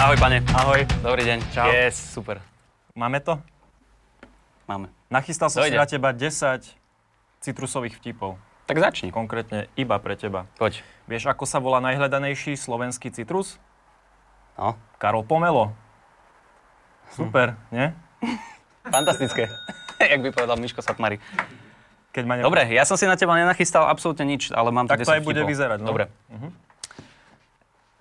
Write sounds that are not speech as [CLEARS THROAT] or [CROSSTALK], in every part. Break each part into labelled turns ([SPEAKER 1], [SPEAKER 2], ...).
[SPEAKER 1] Ahoj, pane.
[SPEAKER 2] Ahoj.
[SPEAKER 1] Dobrý deň.
[SPEAKER 2] Čau.
[SPEAKER 1] Yes, super.
[SPEAKER 2] Máme to?
[SPEAKER 1] Máme.
[SPEAKER 2] Nachystal som
[SPEAKER 1] Dojde.
[SPEAKER 2] si na teba 10 citrusových vtipov.
[SPEAKER 1] Tak začni.
[SPEAKER 2] Konkrétne iba pre teba.
[SPEAKER 1] Poď.
[SPEAKER 2] Vieš, ako sa volá najhľadanejší slovenský citrus?
[SPEAKER 1] No.
[SPEAKER 2] Karol Pomelo. Super, nie?
[SPEAKER 1] Fantastické. [LAUGHS] Jak by povedal Miško Satmari.
[SPEAKER 2] Keď ma ne...
[SPEAKER 1] Dobre, ja som si na teba nenachystal absolútne nič, ale mám tu
[SPEAKER 2] Tak to
[SPEAKER 1] 10
[SPEAKER 2] aj bude
[SPEAKER 1] vtipov.
[SPEAKER 2] vyzerať, no.
[SPEAKER 1] Dobre.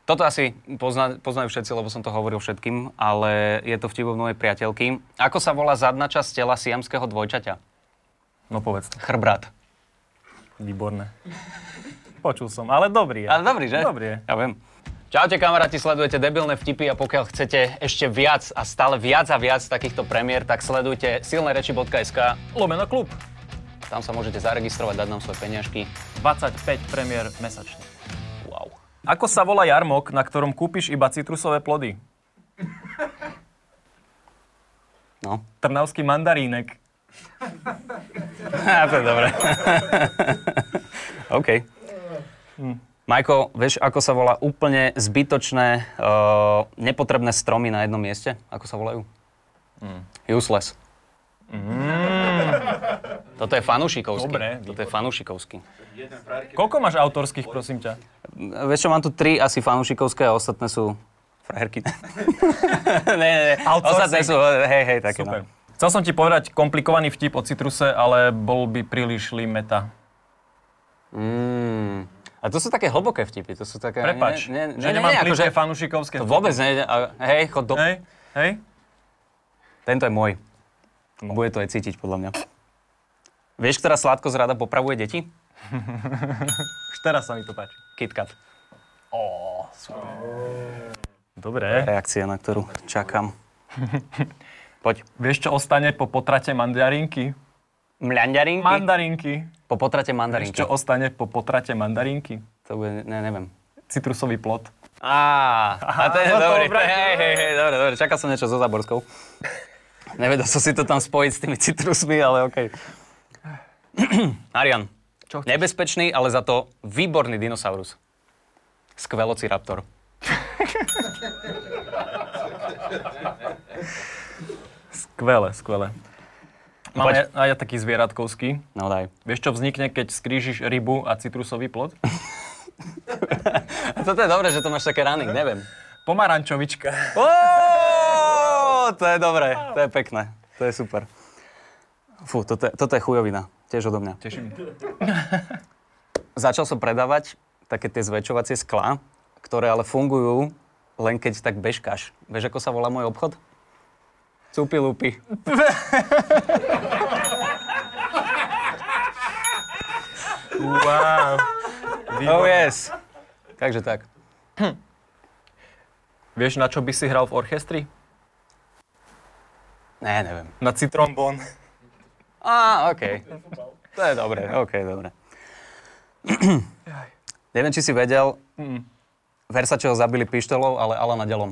[SPEAKER 1] Toto asi pozna, poznajú všetci, lebo som to hovoril všetkým, ale je to vtip od mojej priateľky. Ako sa volá zadná časť tela siamského dvojčaťa?
[SPEAKER 2] No povedz to.
[SPEAKER 1] Chrbrat.
[SPEAKER 2] Výborné. Počul som, ale dobrý je.
[SPEAKER 1] Ale dobrý, že?
[SPEAKER 2] Dobrý je.
[SPEAKER 1] Ja viem. Čaute kamaráti, sledujete debilné vtipy a pokiaľ chcete ešte viac a stále viac a viac takýchto premiér, tak sledujte silnereči.sk.
[SPEAKER 2] Lomeno klub.
[SPEAKER 1] Tam sa môžete zaregistrovať, dať nám svoje peniažky.
[SPEAKER 2] 25 premiér mesačne.
[SPEAKER 1] Wow.
[SPEAKER 2] Ako sa volá jarmok, na ktorom kúpiš iba citrusové plody?
[SPEAKER 1] [LAUGHS] No.
[SPEAKER 2] Trnavský mandarínek.
[SPEAKER 1] to je dobré. [LAUGHS] OK.
[SPEAKER 2] Hm.
[SPEAKER 1] Majko, vieš, ako sa volá úplne zbytočné, uh, nepotrebné stromy na jednom mieste? Ako sa volajú?
[SPEAKER 2] Hm.
[SPEAKER 1] Useless. Toto je fanúšikovský.
[SPEAKER 2] Dobre,
[SPEAKER 1] Toto je fanúšikovský.
[SPEAKER 2] Koľko máš autorských, prosím ťa?
[SPEAKER 1] Vieš čo, mám tu tri asi fanúšikovské a ostatné sú frajerky. [LAUGHS] ne, ne, ne.
[SPEAKER 2] Outsourcing.
[SPEAKER 1] Ostatné sú, hej, hej, také
[SPEAKER 2] Super.
[SPEAKER 1] no.
[SPEAKER 2] Chcel som ti povedať komplikovaný vtip o citruse, ale bol by príliš limeta.
[SPEAKER 1] Mm. A to sú také hlboké vtipy, to sú také...
[SPEAKER 2] Prepač,
[SPEAKER 1] ne, ne,
[SPEAKER 2] že
[SPEAKER 1] ne, ne,
[SPEAKER 2] nemám
[SPEAKER 1] ne, akože,
[SPEAKER 2] blízke fanúšikovské.
[SPEAKER 1] to vôbec nejde. a- Hej, chod do...
[SPEAKER 2] Hej, hej.
[SPEAKER 1] Tento je môj.
[SPEAKER 2] No.
[SPEAKER 1] Bude to aj cítiť, podľa mňa. Vieš, ktorá sladkosť rada popravuje deti?
[SPEAKER 2] Už teraz sa mi to páči.
[SPEAKER 1] KitKat.
[SPEAKER 2] Dobre.
[SPEAKER 1] Reakcia, na ktorú
[SPEAKER 2] [LAUGHS]
[SPEAKER 1] čakám. Poď.
[SPEAKER 2] Vieš, čo ostane po potrate mandarinky?
[SPEAKER 1] Mľandarinky?
[SPEAKER 2] Mandarinky.
[SPEAKER 1] Po potrate
[SPEAKER 2] Vieš,
[SPEAKER 1] mandarinky.
[SPEAKER 2] čo ostane po potrate mandarinky?
[SPEAKER 1] To bude, ne, neviem.
[SPEAKER 2] Citrusový plot.
[SPEAKER 1] Á, a to je
[SPEAKER 2] no to
[SPEAKER 1] dobrý.
[SPEAKER 2] obrátil.
[SPEAKER 1] Hej, hej, hej, dobre, dobre. Čakal som niečo so Zaborskou. Nevedel som si to tam spojiť s tými citrusmi, ale okej. Arian,
[SPEAKER 2] Čo chceš?
[SPEAKER 1] nebezpečný, ale za to výborný dinosaurus. Skveloci raptor.
[SPEAKER 2] Skvelé, skvelé. Mám aj,
[SPEAKER 1] Poď.
[SPEAKER 2] aj ja taký zvieratkovský.
[SPEAKER 1] No daj.
[SPEAKER 2] Vieš, čo vznikne, keď skrížiš rybu a citrusový plot?
[SPEAKER 1] A toto je dobré, že to máš také rany, neviem.
[SPEAKER 2] Pomarančovička.
[SPEAKER 1] Ó, to je dobré, to je pekné, to je super. Fú, toto, je- toto je chujovina, tiež odo mňa.
[SPEAKER 2] Teším.
[SPEAKER 1] Začal som predávať také tie zväčšovacie sklá, ktoré ale fungujú len keď tak bežkáš. Vieš, ako sa volá môj obchod? Cúpi lúpi.
[SPEAKER 2] Wow.
[SPEAKER 1] Oh yes. Takže tak.
[SPEAKER 2] Vieš, na čo by si hral v orchestri?
[SPEAKER 1] Ne, neviem.
[SPEAKER 2] Na citrombón.
[SPEAKER 1] Á, OK. To je dobré, OK, dobre. [CLEARS THROAT] Neviem, či si vedel, Versaceho zabili pištolou, ale Alana delom.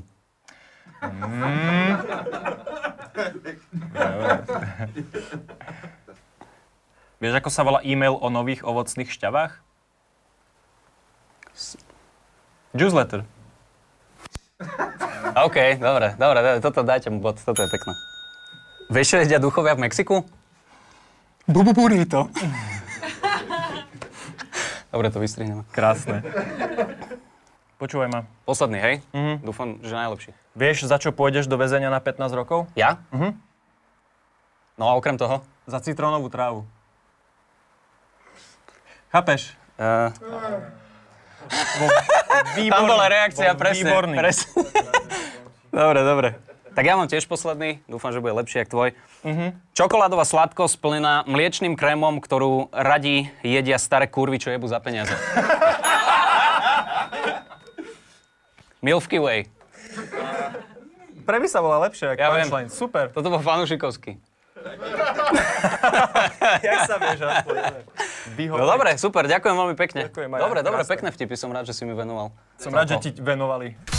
[SPEAKER 2] Vieš, ako sa volá e-mail o nových ovocných šťavách? Newsletter.
[SPEAKER 1] OK, dobre, dobre, dobre, toto dajte mu bod, toto je pekné. Vieš, čo jedia duchovia v Mexiku? Bubu burrito. dobre, to vystrihneme.
[SPEAKER 2] Krásne. Počúvaj ma.
[SPEAKER 1] Posledný, hej? Dúfam, že najlepší.
[SPEAKER 2] Vieš, za čo pôjdeš do väzenia na 15 rokov?
[SPEAKER 1] Ja? No a okrem toho?
[SPEAKER 2] Za citrónovú trávu. Chápeš?
[SPEAKER 1] Uh,
[SPEAKER 2] Výborný.
[SPEAKER 1] tam bola reakcia,
[SPEAKER 2] Bol
[SPEAKER 1] presne.
[SPEAKER 2] Výborný.
[SPEAKER 1] presne. [LAUGHS] dobre, dobre. Tak ja mám tiež posledný, dúfam, že bude lepší ako tvoj.
[SPEAKER 2] Mhm.
[SPEAKER 1] Čokoládová sladkosť splnená mliečným krémom, ktorú radi jedia staré kurvy, čo jebu za
[SPEAKER 2] [LAUGHS]
[SPEAKER 1] peniaze. Milky Way.
[SPEAKER 2] Pre by sa bola lepšia, ako
[SPEAKER 1] Ja viem.
[SPEAKER 2] punchline. [LAUGHS] Super.
[SPEAKER 1] Toto bol fanušikovský.
[SPEAKER 2] Jak sa vieš aspoň? ne? Vyhovor.
[SPEAKER 1] No dobre, super, ďakujem veľmi pekne.
[SPEAKER 2] Ďakujem aj ja,
[SPEAKER 1] dobre, dobre,
[SPEAKER 2] krásne.
[SPEAKER 1] pekné vtipy, som rád, že si mi venoval.
[SPEAKER 2] Som rád, že ti venovali.